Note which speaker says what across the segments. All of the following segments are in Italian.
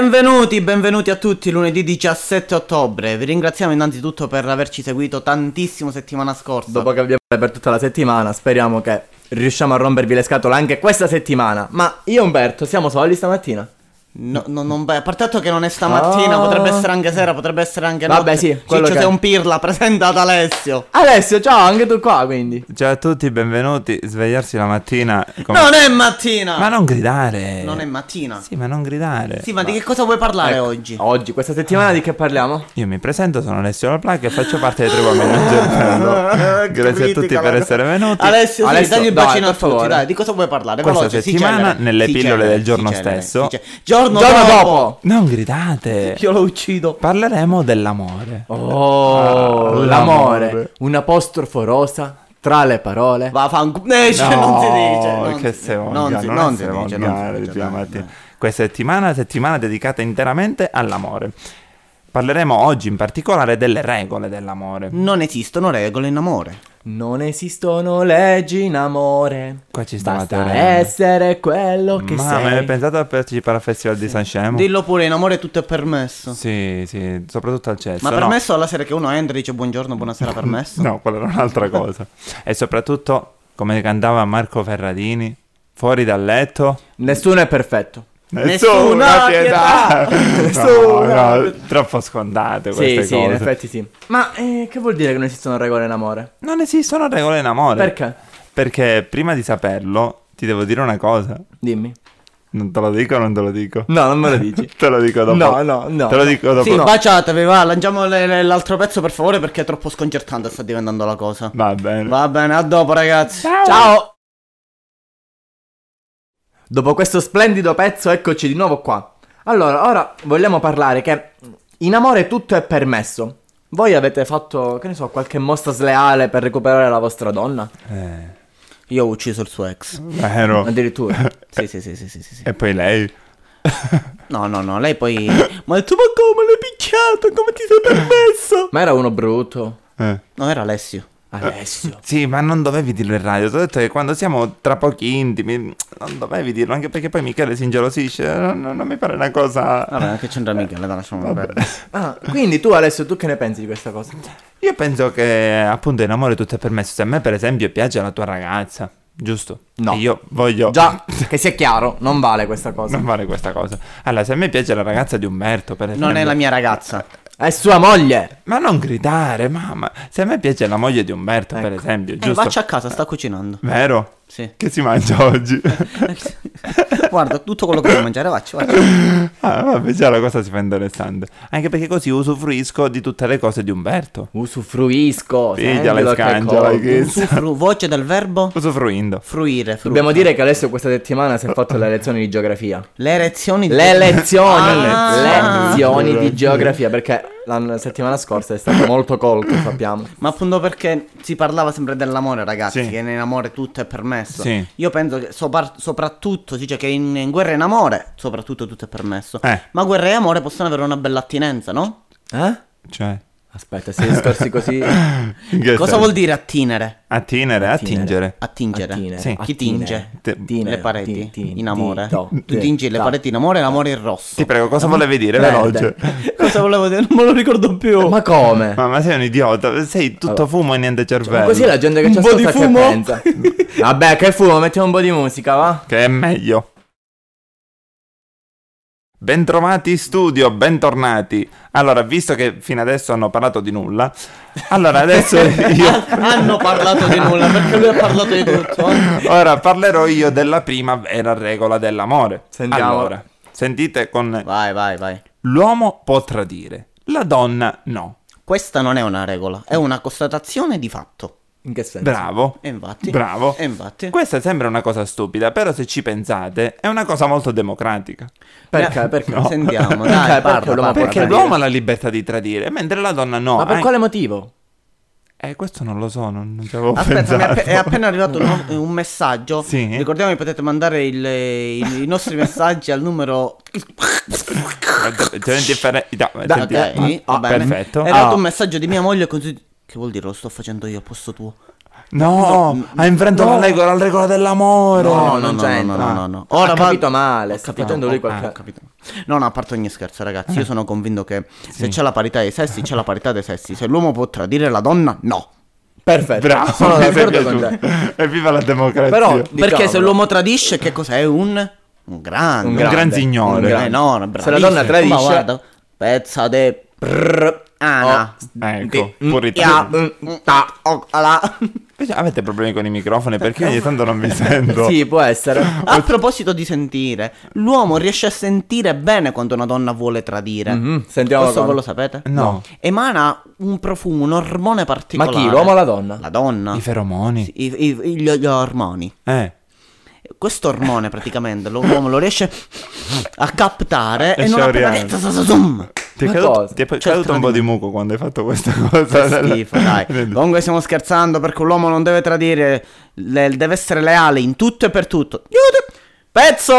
Speaker 1: Benvenuti, benvenuti a tutti lunedì 17 ottobre. Vi ringraziamo innanzitutto per averci seguito tantissimo settimana scorsa.
Speaker 2: Dopo che abbiamo per tutta la settimana, speriamo che riusciamo a rompervi le scatole anche questa settimana. Ma io e Umberto siamo soli stamattina.
Speaker 1: No, no, non beh, a parte il fatto che non è stamattina,
Speaker 2: Ah.
Speaker 1: potrebbe essere anche sera, potrebbe essere anche notte.
Speaker 2: Vabbè, sì, quello
Speaker 1: Ciccio
Speaker 2: che-
Speaker 1: sei un pirla, presenta ad Alessio.
Speaker 2: Alessio, ciao, anche tu qua, quindi.
Speaker 3: Ciao a tutti, benvenuti. Svegliarsi la mattina. come-
Speaker 1: Non è mattina!
Speaker 3: Ma non gridare.
Speaker 1: Non è mattina.
Speaker 3: Sì, Oh, ma non gridare.
Speaker 1: Sì, ma di che cosa vuoi parlare
Speaker 2: Ecco,
Speaker 1: oggi?
Speaker 2: Oggi, questa settimana di che parliamo?
Speaker 3: Io mi presento, sono Alessio La Placca e faccio parte dei tre uomini al giorno. Grazie a tutti
Speaker 1: Critica
Speaker 3: per
Speaker 1: la-
Speaker 3: essere venuti.
Speaker 1: Alessio, sì,
Speaker 2: Alessio,
Speaker 1: dagli il
Speaker 2: dai,
Speaker 1: bacino a
Speaker 2: per
Speaker 1: tutti,
Speaker 2: favore.
Speaker 1: dai, di cosa vuoi parlare?
Speaker 3: Questa
Speaker 1: Veloce, sì,
Speaker 3: settimana,
Speaker 1: celere,
Speaker 3: nelle
Speaker 1: sì,
Speaker 3: pillole
Speaker 1: celere,
Speaker 3: del
Speaker 1: sì,
Speaker 3: giorno
Speaker 1: celere,
Speaker 3: stesso.
Speaker 1: sì, celere. Giorno,
Speaker 2: Giorno dopo.
Speaker 3: Non gridate.
Speaker 1: Io lo uccido.
Speaker 3: Parleremo dell'amore.
Speaker 2: Oh,
Speaker 3: Ah,
Speaker 2: l'amore.
Speaker 3: l'amore.
Speaker 2: Un apostrofo rosa tra le parole.
Speaker 1: Va fan... eh, cioè, non si dice. Non
Speaker 3: che
Speaker 1: si-
Speaker 3: se eh, diciamo,
Speaker 1: non, si- non si dice, non si dice,
Speaker 3: prima
Speaker 1: dai,
Speaker 3: mattina.
Speaker 1: dai.
Speaker 3: Questa settimana, settimana dedicata interamente all'amore. Parleremo oggi in particolare delle regole dell'amore.
Speaker 1: Non esistono regole in amore.
Speaker 2: Non esistono leggi in amore.
Speaker 3: Qua ci sta
Speaker 2: Basta
Speaker 3: Matteo Renzi.
Speaker 2: essere quello che
Speaker 3: Ma
Speaker 2: sei.
Speaker 3: me ne pensate a partecipare al Festival di San Scemo?
Speaker 1: Dillo pure, in amore tutto è permesso.
Speaker 3: Sì, sì, soprattutto al cesso.
Speaker 1: Ma
Speaker 3: no.
Speaker 1: permesso alla sera che uno entra e dice buongiorno, buonasera, permesso?
Speaker 3: No, quella era un'altra cosa. e soprattutto, come cantava Marco Ferradini, fuori dal letto...
Speaker 2: Nessuno è perfetto.
Speaker 1: Nessuna pietà!
Speaker 3: pietà!
Speaker 2: Nessuna
Speaker 3: no, no, troppo scontate
Speaker 2: Sì,
Speaker 3: queste
Speaker 2: sì,
Speaker 3: cose.
Speaker 2: in effetti sì. Ma eh, che vuol dire che non esistono regole in amore?
Speaker 3: Non esistono regole in amore.
Speaker 2: Perché?
Speaker 3: Perché prima di saperlo, ti devo dire una cosa.
Speaker 2: Dimmi.
Speaker 3: Non te lo dico o non te lo dico?
Speaker 2: No, non me lo dici.
Speaker 3: Te lo dico dopo.
Speaker 2: No, no, no,
Speaker 3: Te lo
Speaker 2: no.
Speaker 3: dico dopo.
Speaker 1: Sì, baciatevi, va, lanciamo le- le- l'altro pezzo per favore perché è troppo sconcertante sta diventando la cosa.
Speaker 3: Va bene.
Speaker 1: Va bene, a dopo ragazzi.
Speaker 2: Ciao! Dopo questo splendido pezzo, eccoci di nuovo qua. Allora, ora vogliamo parlare che in amore tutto è permesso. Voi avete fatto, che ne so, qualche mossa sleale per recuperare la vostra donna?
Speaker 3: Eh,
Speaker 1: Io ho ucciso il suo ex.
Speaker 3: vero.
Speaker 2: Addirittura.
Speaker 1: Sì, sì, sì, sì, sì, sì, sì.
Speaker 3: E poi lei...
Speaker 1: No, no, no, lei poi... Ma ha detto, ma come l'hai picchiato? Come ti sei permesso?
Speaker 2: Ma era uno brutto.
Speaker 3: Eh.
Speaker 1: No, era Alessio.
Speaker 2: Alessio.
Speaker 3: Sì, ma non dovevi dirlo in radio. Ti ho detto che quando siamo tra pochi intimi, non dovevi dirlo, anche perché poi Michele si ingelosisce. Non, non- non mi pare una cosa.
Speaker 1: Vabbè, che c'entra Michele, dai, lasciamo perdere.
Speaker 2: Ah, quindi tu Alessio, tu che ne pensi di questa cosa?
Speaker 3: Io penso che appunto in amore tutto è permesso. Se a me, per esempio, piace la tua ragazza, giusto?
Speaker 2: No.
Speaker 3: E io voglio.
Speaker 2: Già, che sia chiaro, non vale questa cosa.
Speaker 3: Non fare questa cosa. Allora, se a me piace la ragazza di Umberto, per esempio.
Speaker 1: Non è la mia ragazza.
Speaker 2: È sua moglie.
Speaker 3: Ma non gridare, mamma. Se a me piace la moglie di Umberto, per
Speaker 2: Ecco.
Speaker 3: esempio,
Speaker 1: Eh,
Speaker 3: giusto?
Speaker 1: faccia a casa, sta cucinando.
Speaker 3: Vero?
Speaker 1: Sì.
Speaker 3: Che si mangia oggi?
Speaker 1: Guarda, tutto quello che vuoi mangiare, faccia, faccia.
Speaker 3: ah, vabbè, già la cosa si fa interessante. Anche perché così usufruisco di tutte le cose di Umberto.
Speaker 2: Usufruisco.
Speaker 3: Pigliala e
Speaker 2: sentilo che
Speaker 3: scangiala,
Speaker 2: cosa.
Speaker 3: che-
Speaker 1: Usufru- voce del verbo
Speaker 3: Usufruindo.
Speaker 1: fruire. fru-
Speaker 2: Dobbiamo dire che Alessio questa settimana si è fatto le lezioni di geografia.
Speaker 1: Le erezioni di...
Speaker 2: Le lezioni,
Speaker 1: Ah.
Speaker 2: le lezioni di geografia, perché la settimana scorsa è stato molto colto, sappiamo.
Speaker 1: Ma appunto perché si parlava sempre dell'amore, ragazzi,
Speaker 3: Sì.
Speaker 1: che in amore tutto è permesso.
Speaker 3: Sì.
Speaker 1: Io penso che sopra- soprattutto, si dice che in, in guerra e in amore, soprattutto tutto è permesso.
Speaker 3: Eh.
Speaker 1: Ma guerra e amore possono avere una bella attinenza, no?
Speaker 2: Eh?
Speaker 3: Cioè.
Speaker 2: Aspetta, se discorsi così...
Speaker 3: in che
Speaker 1: Cosa
Speaker 3: senso?
Speaker 1: vuol dire attinere?
Speaker 3: Attinere, attingere.
Speaker 1: Attingere.
Speaker 2: Attine,
Speaker 3: Sì.
Speaker 1: Chi tinge?
Speaker 2: attine, tinere,
Speaker 1: le pareti
Speaker 2: tin- tin-
Speaker 1: in amore.
Speaker 2: ti- to,
Speaker 1: tu
Speaker 2: te,
Speaker 1: tingi le
Speaker 2: ta.
Speaker 1: pareti in amore e l'amore in rosso.
Speaker 3: Ti prego, cosa volevi dire?
Speaker 2: Verde.
Speaker 3: Veloce.
Speaker 1: Cosa volevo dire? Non me lo ricordo più.
Speaker 2: Eh, Ma come?
Speaker 3: Ma, ma sei un idiota, sei tutto fumo e niente
Speaker 2: Ma
Speaker 3: cervello.
Speaker 2: così la gente che
Speaker 1: Un
Speaker 2: ci
Speaker 1: po' di
Speaker 2: ascolta che
Speaker 1: fumo?
Speaker 2: pensa. Vabbè, che fumo, mettiamo un po' di musica, va?
Speaker 3: Che è meglio. Bentrovati in studio, bentornati. Allora, visto che fino adesso hanno parlato di nulla, allora adesso io...
Speaker 1: Hanno parlato di nulla perché lui ha parlato di tutto. eh.
Speaker 3: Ora parlerò io della prima vera regola dell'amore.
Speaker 2: Sentiamo.
Speaker 3: Allora, sentite con...
Speaker 1: Vai, vai, vai.
Speaker 3: L'uomo può tradire, la donna no.
Speaker 1: Questa non è una regola, è una constatazione di fatto.
Speaker 2: In che senso?
Speaker 3: Bravo.
Speaker 1: E infatti.
Speaker 3: Bravo.
Speaker 1: E infatti.
Speaker 3: Questa sembra una cosa stupida, però se ci pensate è una cosa molto democratica.
Speaker 2: Perché? Perché?
Speaker 3: No.
Speaker 1: Sentiamo,
Speaker 2: Cioè,
Speaker 1: dai,
Speaker 2: perché
Speaker 1: parla,
Speaker 2: l'uomo
Speaker 1: parla,
Speaker 2: può
Speaker 3: Perché
Speaker 1: dai.
Speaker 2: tradire?
Speaker 3: l'uomo ha la libertà di tradire, mentre la donna no.
Speaker 2: Ma per
Speaker 3: An-
Speaker 2: quale motivo?
Speaker 3: Eh, questo non lo so, non, non ci avevo
Speaker 1: Aspetta, mi è,
Speaker 3: pensato.
Speaker 1: appe- è appena arrivato un, nuovo- un messaggio.
Speaker 3: Sì.
Speaker 1: Ricordiamo che potete mandare il- il- i nostri messaggi al numero.
Speaker 3: C'è indifferenza. senti-
Speaker 1: ok,
Speaker 3: ah,
Speaker 1: va bene.
Speaker 3: perfetto.
Speaker 1: È arrivato
Speaker 3: Ah,
Speaker 1: un messaggio di mia moglie così. Che vuol dire lo sto facendo io al posto tuo?
Speaker 3: No, ha infranto la, regola, la regola dell'amore.
Speaker 2: No, non c'entra.
Speaker 1: No, no, no, no.
Speaker 2: Ha capito male,
Speaker 1: ho
Speaker 2: sta facendo lui
Speaker 1: ho-
Speaker 3: Ah.
Speaker 2: qualche-
Speaker 1: eh, ho capito. No, no, a parte ogni scherzo, ragazzi. Io sono convinto che se c'è la parità dei sessi, c'è la parità dei sessi. Se l'uomo può tradire la donna, no.
Speaker 2: Perfetto.
Speaker 3: Bravo,
Speaker 2: Sono
Speaker 3: mi sei
Speaker 2: d'accordo con
Speaker 3: piaciuto.
Speaker 2: te.
Speaker 3: Evviva la democrazia.
Speaker 2: Però-
Speaker 3: un
Speaker 2: Di
Speaker 1: Perché
Speaker 2: cavolo.
Speaker 1: se l'uomo tradisce, che cos'è? Un, un grande.
Speaker 2: Un
Speaker 3: gran
Speaker 2: grande,
Speaker 3: signore.
Speaker 2: un grande.
Speaker 1: Eh, no,
Speaker 2: Se la donna tradisce-
Speaker 1: Ma guarda, pezza de... prrr, Ana.
Speaker 2: Oh,
Speaker 3: Ecco,
Speaker 2: Di- ah.
Speaker 3: pur
Speaker 1: Ya,
Speaker 3: ritardo.
Speaker 1: mm, ta, o- ala.
Speaker 3: Invece Avete problemi con i microfoni perché ogni tanto non mi sento.
Speaker 2: Sì, può essere.
Speaker 1: A proposito di sentire, l'uomo riesce a sentire bene quando una donna vuole tradire.
Speaker 2: Mhm, sentiamo
Speaker 1: Questo
Speaker 2: come.
Speaker 1: voi lo sapete?
Speaker 3: No.
Speaker 1: Emana un profumo, un ormone particolare.
Speaker 2: Ma chi, l'uomo o la donna?
Speaker 1: La donna.
Speaker 3: I feromoni.
Speaker 1: Sì, i- i- gli, gli ormoni.
Speaker 3: Eh.
Speaker 1: Questo ormone praticamente lo- l'uomo lo riesce a captare e,
Speaker 3: E
Speaker 1: non appena
Speaker 3: scioriare.
Speaker 1: zoom.
Speaker 3: Ti è
Speaker 2: Ma
Speaker 3: caduto,
Speaker 2: cosa?
Speaker 3: ti è
Speaker 1: Certo,
Speaker 3: caduto un po' di muco quando hai fatto questa cosa.
Speaker 1: Schifo, dai. Comunque stiamo scherzando perché l'uomo non deve tradire, le- deve essere leale in tutto e per tutto. Aiuto! Pezzo!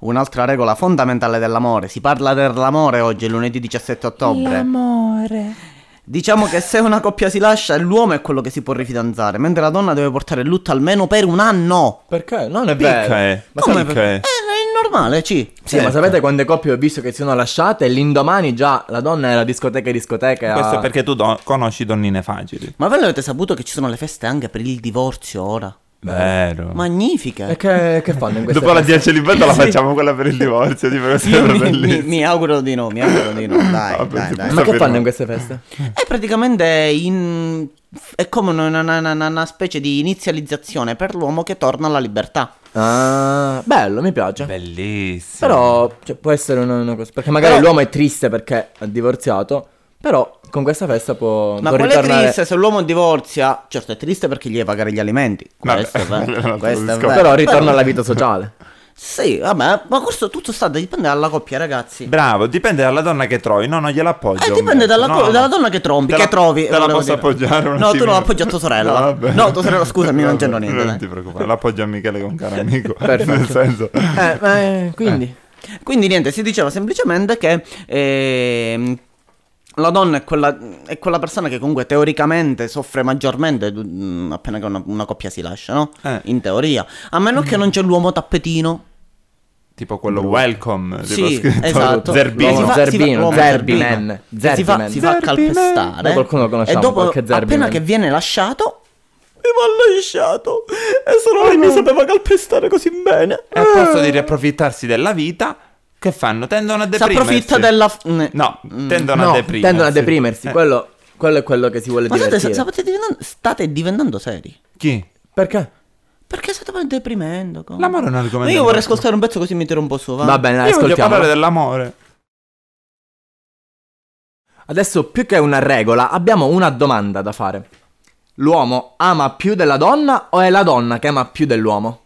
Speaker 1: Un'altra regola fondamentale dell'amore. Si parla dell'amore oggi, lunedì 17 ottobre.
Speaker 4: L'amore.
Speaker 1: Diciamo che se una coppia si lascia, l'uomo è quello che si può rifidanzare, mentre la donna deve portare il lutto almeno per un anno.
Speaker 2: Perché? Non è
Speaker 3: Picca,
Speaker 2: vero.
Speaker 3: eh.
Speaker 2: Ma
Speaker 3: Come
Speaker 2: sai-
Speaker 3: perché?
Speaker 1: Eh, è normale, sì.
Speaker 2: Sì, ma sapete quante coppie ho visto che si sono lasciate e l'indomani già la donna era discoteca e discoteca.
Speaker 3: Questo
Speaker 2: ah.
Speaker 3: è perché tu don- conosci donnine facili.
Speaker 1: Ma voi l'avete saputo che ci sono le feste anche per il divorzio ora?
Speaker 3: Vero.
Speaker 1: Magnifiche.
Speaker 2: Mm. E che, che fanno in questo
Speaker 3: Dopo la dia celibato la facciamo quella per il divorzio. Tipo, questa è
Speaker 1: Io mi, mi-
Speaker 3: bellissima.
Speaker 1: mi auguro di no, mi auguro di no. Dai,
Speaker 3: Vabbè,
Speaker 1: dai,
Speaker 3: Ah, sì,
Speaker 1: dai.
Speaker 2: Ma che
Speaker 3: Sappiamo.
Speaker 2: fanno in queste feste?
Speaker 1: È praticamente in- è come una, una- una- una- una specie di inizializzazione per l'uomo che torna alla libertà.
Speaker 2: Ah, bello, mi piace.
Speaker 3: Bellissima.
Speaker 2: Però cioè, può essere una, una cosa. Perché magari
Speaker 1: Però-
Speaker 2: l'uomo è triste perché ha divorziato. Però con questa festa può.
Speaker 1: Ma
Speaker 2: può
Speaker 1: quella è
Speaker 2: ritornare-
Speaker 1: triste se l'uomo divorzia? Certo, è triste perché gli deve pagare gli alimenti.
Speaker 3: Vabbè,
Speaker 1: Questo, è vero,
Speaker 3: quello è un altro
Speaker 1: questo è
Speaker 3: discorso.
Speaker 1: vero.
Speaker 2: Però ritorna alla vita sociale.
Speaker 1: Sì, vabbè, ma questo tutto sta dipende dalla coppia, ragazzi.
Speaker 3: Bravo, dipende dalla donna che trovi. No, non gliela appoggio.
Speaker 1: Eh, dipende dalla,
Speaker 3: Umberto.
Speaker 1: co-
Speaker 3: No, no.
Speaker 1: dalla donna che, trombi,
Speaker 3: Te la-
Speaker 1: che trovi.
Speaker 3: Te la
Speaker 1: volevo
Speaker 3: posso
Speaker 1: dire.
Speaker 3: appoggiare un
Speaker 1: No, tu
Speaker 3: attimino?
Speaker 1: non appoggi a tua sorella.
Speaker 3: No,
Speaker 1: No,
Speaker 3: vabbè.
Speaker 1: tua sorella, scusami, non c'entro niente.
Speaker 3: Non
Speaker 1: dai.
Speaker 3: ti preoccupare, l'appoggio a Michele con caro amico.
Speaker 2: Perfetto.
Speaker 3: Nel senso.
Speaker 2: Eh, ma, eh, quindi.
Speaker 1: Quindi niente, si diceva semplicemente che ehm, la donna è quella, è quella persona che comunque teoricamente soffre maggiormente du- mm, appena che una, una coppia si lascia, no?
Speaker 3: Eh.
Speaker 1: In teoria. A meno che non c'è l'uomo tappetino.
Speaker 3: Tipo quello welcome. Tipo
Speaker 1: sì,
Speaker 3: scritto
Speaker 1: esatto.
Speaker 3: Zerbino.
Speaker 1: Si fa- si fa-
Speaker 2: Zerbino,
Speaker 1: l'uomo
Speaker 2: Zerbino.
Speaker 1: Zerbino. E Si fa,
Speaker 2: Zerbino.
Speaker 1: si fa
Speaker 3: Zerbino.
Speaker 1: calpestare.
Speaker 2: Noi qualcuno lo conosciamo,
Speaker 1: E dopo,
Speaker 2: qualche Zerbino.
Speaker 1: appena che viene lasciato... Mi va lasciato. E solo lei mi sapeva calpestare così bene.
Speaker 3: E al posto di riapprofittarsi della vita, che fanno? Tendono a
Speaker 1: Si
Speaker 3: deprimersi.
Speaker 1: approfitta della... mm.
Speaker 3: No, tendono a
Speaker 2: No,
Speaker 3: deprimersi.
Speaker 2: tendono a deprimersi.
Speaker 3: Eh,
Speaker 2: Quello, quello è quello che si vuole
Speaker 1: Ma state,
Speaker 2: divertire.
Speaker 1: state diventando, state diventando seri.
Speaker 3: Chi?
Speaker 2: Perché?
Speaker 1: Perché state proprio deprimendo? come?
Speaker 3: L'amore è un argomento
Speaker 1: Ma io vorrei
Speaker 3: molto-
Speaker 1: ascoltare un pezzo così mi tiro un po' su. Va,
Speaker 2: Va bene, dai,
Speaker 3: Io voglio
Speaker 2: ascoltiamo.
Speaker 3: parlare dell'amore.
Speaker 2: Adesso più che una regola abbiamo una domanda da fare. L'uomo ama più della donna o è la donna che ama più dell'uomo?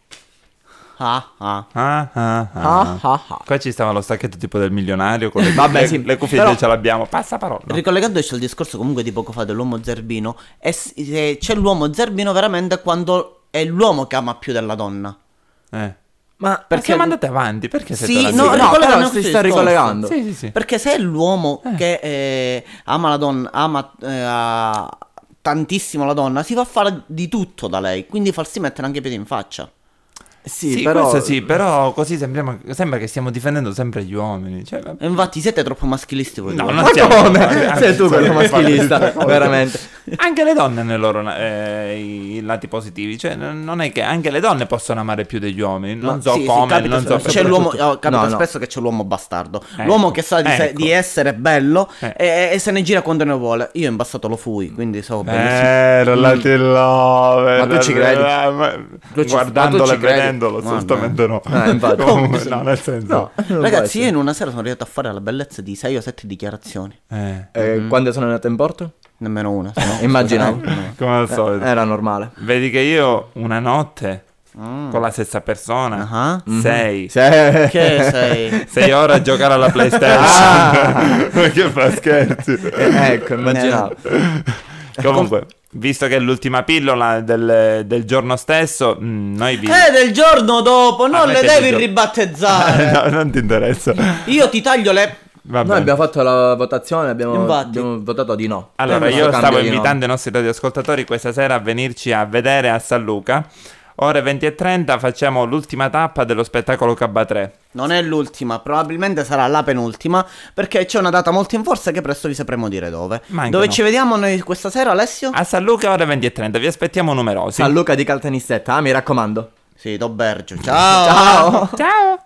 Speaker 1: Ah, ah.
Speaker 3: Ah, ah,
Speaker 2: Ah, ah, ah.
Speaker 3: Qua ci stava lo stacchetto tipo del milionario con le,
Speaker 2: Vabbè,
Speaker 3: le-
Speaker 2: sì,
Speaker 3: le cuffie
Speaker 2: però-
Speaker 3: già ce l'abbiamo. Passa parola.
Speaker 1: Ricollegandoci al discorso comunque di poco fa dell'uomo zerbino, è s- eh, c'è l'uomo zerbino veramente quando è l'uomo che ama più della donna.
Speaker 3: Eh.
Speaker 2: Ma
Speaker 3: Perché mandate avanti? Perché siete
Speaker 1: Sì,
Speaker 3: alla
Speaker 1: no,
Speaker 3: sigla?
Speaker 2: no,
Speaker 1: ricollegano
Speaker 2: però
Speaker 1: questo
Speaker 2: si sta
Speaker 1: discorso.
Speaker 2: ricollegando.
Speaker 3: Sì, sì, sì.
Speaker 1: Perché se è l'uomo che eh, ama la donna, ama eh, a- tantissimo la donna, si fa fare di tutto da lei, quindi farsi mettere anche i piedi in faccia.
Speaker 2: Sì,
Speaker 3: Sì,
Speaker 2: però...
Speaker 3: questo sì, però così sembriamo- sembra che stiamo difendendo sempre gli uomini. Cioè, vabbè.
Speaker 1: E infatti siete troppo maschilisti voi.
Speaker 3: No,
Speaker 1: due.
Speaker 3: non
Speaker 2: Ma
Speaker 3: stiamo-
Speaker 2: come? Sei tu quello
Speaker 3: Sì,
Speaker 2: maschilista,
Speaker 3: sì.
Speaker 2: veramente.
Speaker 3: Anche le donne hanno i loro eh, i lati positivi, cioè n- non è che anche le donne possono amare più degli uomini, non
Speaker 1: Ma-
Speaker 3: so
Speaker 1: sì, sì,
Speaker 3: come,
Speaker 1: capita
Speaker 3: non so
Speaker 1: sp- c'è
Speaker 3: perché.
Speaker 1: l'uomo, oh, capita
Speaker 2: No, Eh, no.
Speaker 1: spesso che c'è l'uomo bastardo. L'uomo che sa di, se-
Speaker 3: ecco.
Speaker 1: di essere bello
Speaker 3: Eh.
Speaker 1: e, e se ne gira quando ne vuole. Io in passato lo fui, quindi so
Speaker 2: Eh,
Speaker 1: benissimo.
Speaker 3: Vero, lati love.
Speaker 2: Mm. Ma tu ci credi?
Speaker 3: eh, ma-
Speaker 2: Tu ci-
Speaker 3: Guardandolo
Speaker 2: ma tu
Speaker 3: e
Speaker 2: ci credi?
Speaker 3: vedendolo,
Speaker 1: Guarda.
Speaker 3: assolutamente no.
Speaker 2: Eh, infatti.
Speaker 3: Comunque, no, nel senso.
Speaker 2: No, non può
Speaker 1: Ragazzi, io
Speaker 2: essere.
Speaker 1: in una sera sono arrivato a fare la bellezza di 6 o 7 dichiarazioni.
Speaker 3: Eh,
Speaker 2: Eh, Quando sono andato in porto?
Speaker 1: Nemmeno una. se no-
Speaker 2: Immaginavo.
Speaker 3: come
Speaker 2: Eh,
Speaker 3: al solito.
Speaker 2: Era normale.
Speaker 3: Vedi che io una notte
Speaker 1: Mm.
Speaker 3: con la stessa persona,
Speaker 1: Ah.
Speaker 2: Mm-hmm.
Speaker 3: sei, Cioè,
Speaker 2: Sì.
Speaker 1: Che sei?
Speaker 3: sei ore a giocare alla PlayStation.
Speaker 2: Ah.
Speaker 3: Ma che fa scherzi?
Speaker 2: Eh, ecco, immaginavo.
Speaker 3: Comunque, visto che è l'ultima pillola del, del giorno stesso, mh, noi vi...
Speaker 1: Eh, del giorno dopo, non
Speaker 3: Ah,
Speaker 1: le
Speaker 3: mettete il
Speaker 1: devi
Speaker 3: gio-
Speaker 1: ribattezzare.
Speaker 3: no, non ti interessa.
Speaker 1: Io ti taglio le
Speaker 3: Vabbè.
Speaker 2: Noi abbiamo fatto la votazione, abbiamo,
Speaker 1: Infatti.
Speaker 2: abbiamo votato di no.
Speaker 3: Allora,
Speaker 2: Abbiamo
Speaker 3: io
Speaker 2: fatto
Speaker 3: stavo
Speaker 2: cambio di no.
Speaker 3: invitando i nostri radioascoltatori questa sera a venirci a vedere a San Luca. Ore 20.30 facciamo l'ultima tappa dello spettacolo Cabba 3.
Speaker 1: Non è l'ultima, probabilmente sarà la penultima, perché c'è una data molto in forza che presto vi sapremo dire dove.
Speaker 3: Mancano.
Speaker 1: Dove ci vediamo noi questa sera, Alessio?
Speaker 2: Ah.
Speaker 3: A San Luca ore 20.30, vi aspettiamo numerosi.
Speaker 2: San Luca di Caltanissetta, ah, mi raccomando.
Speaker 1: Sì, do Bergio.
Speaker 2: Ciao.
Speaker 1: Ciao.
Speaker 3: Ciao!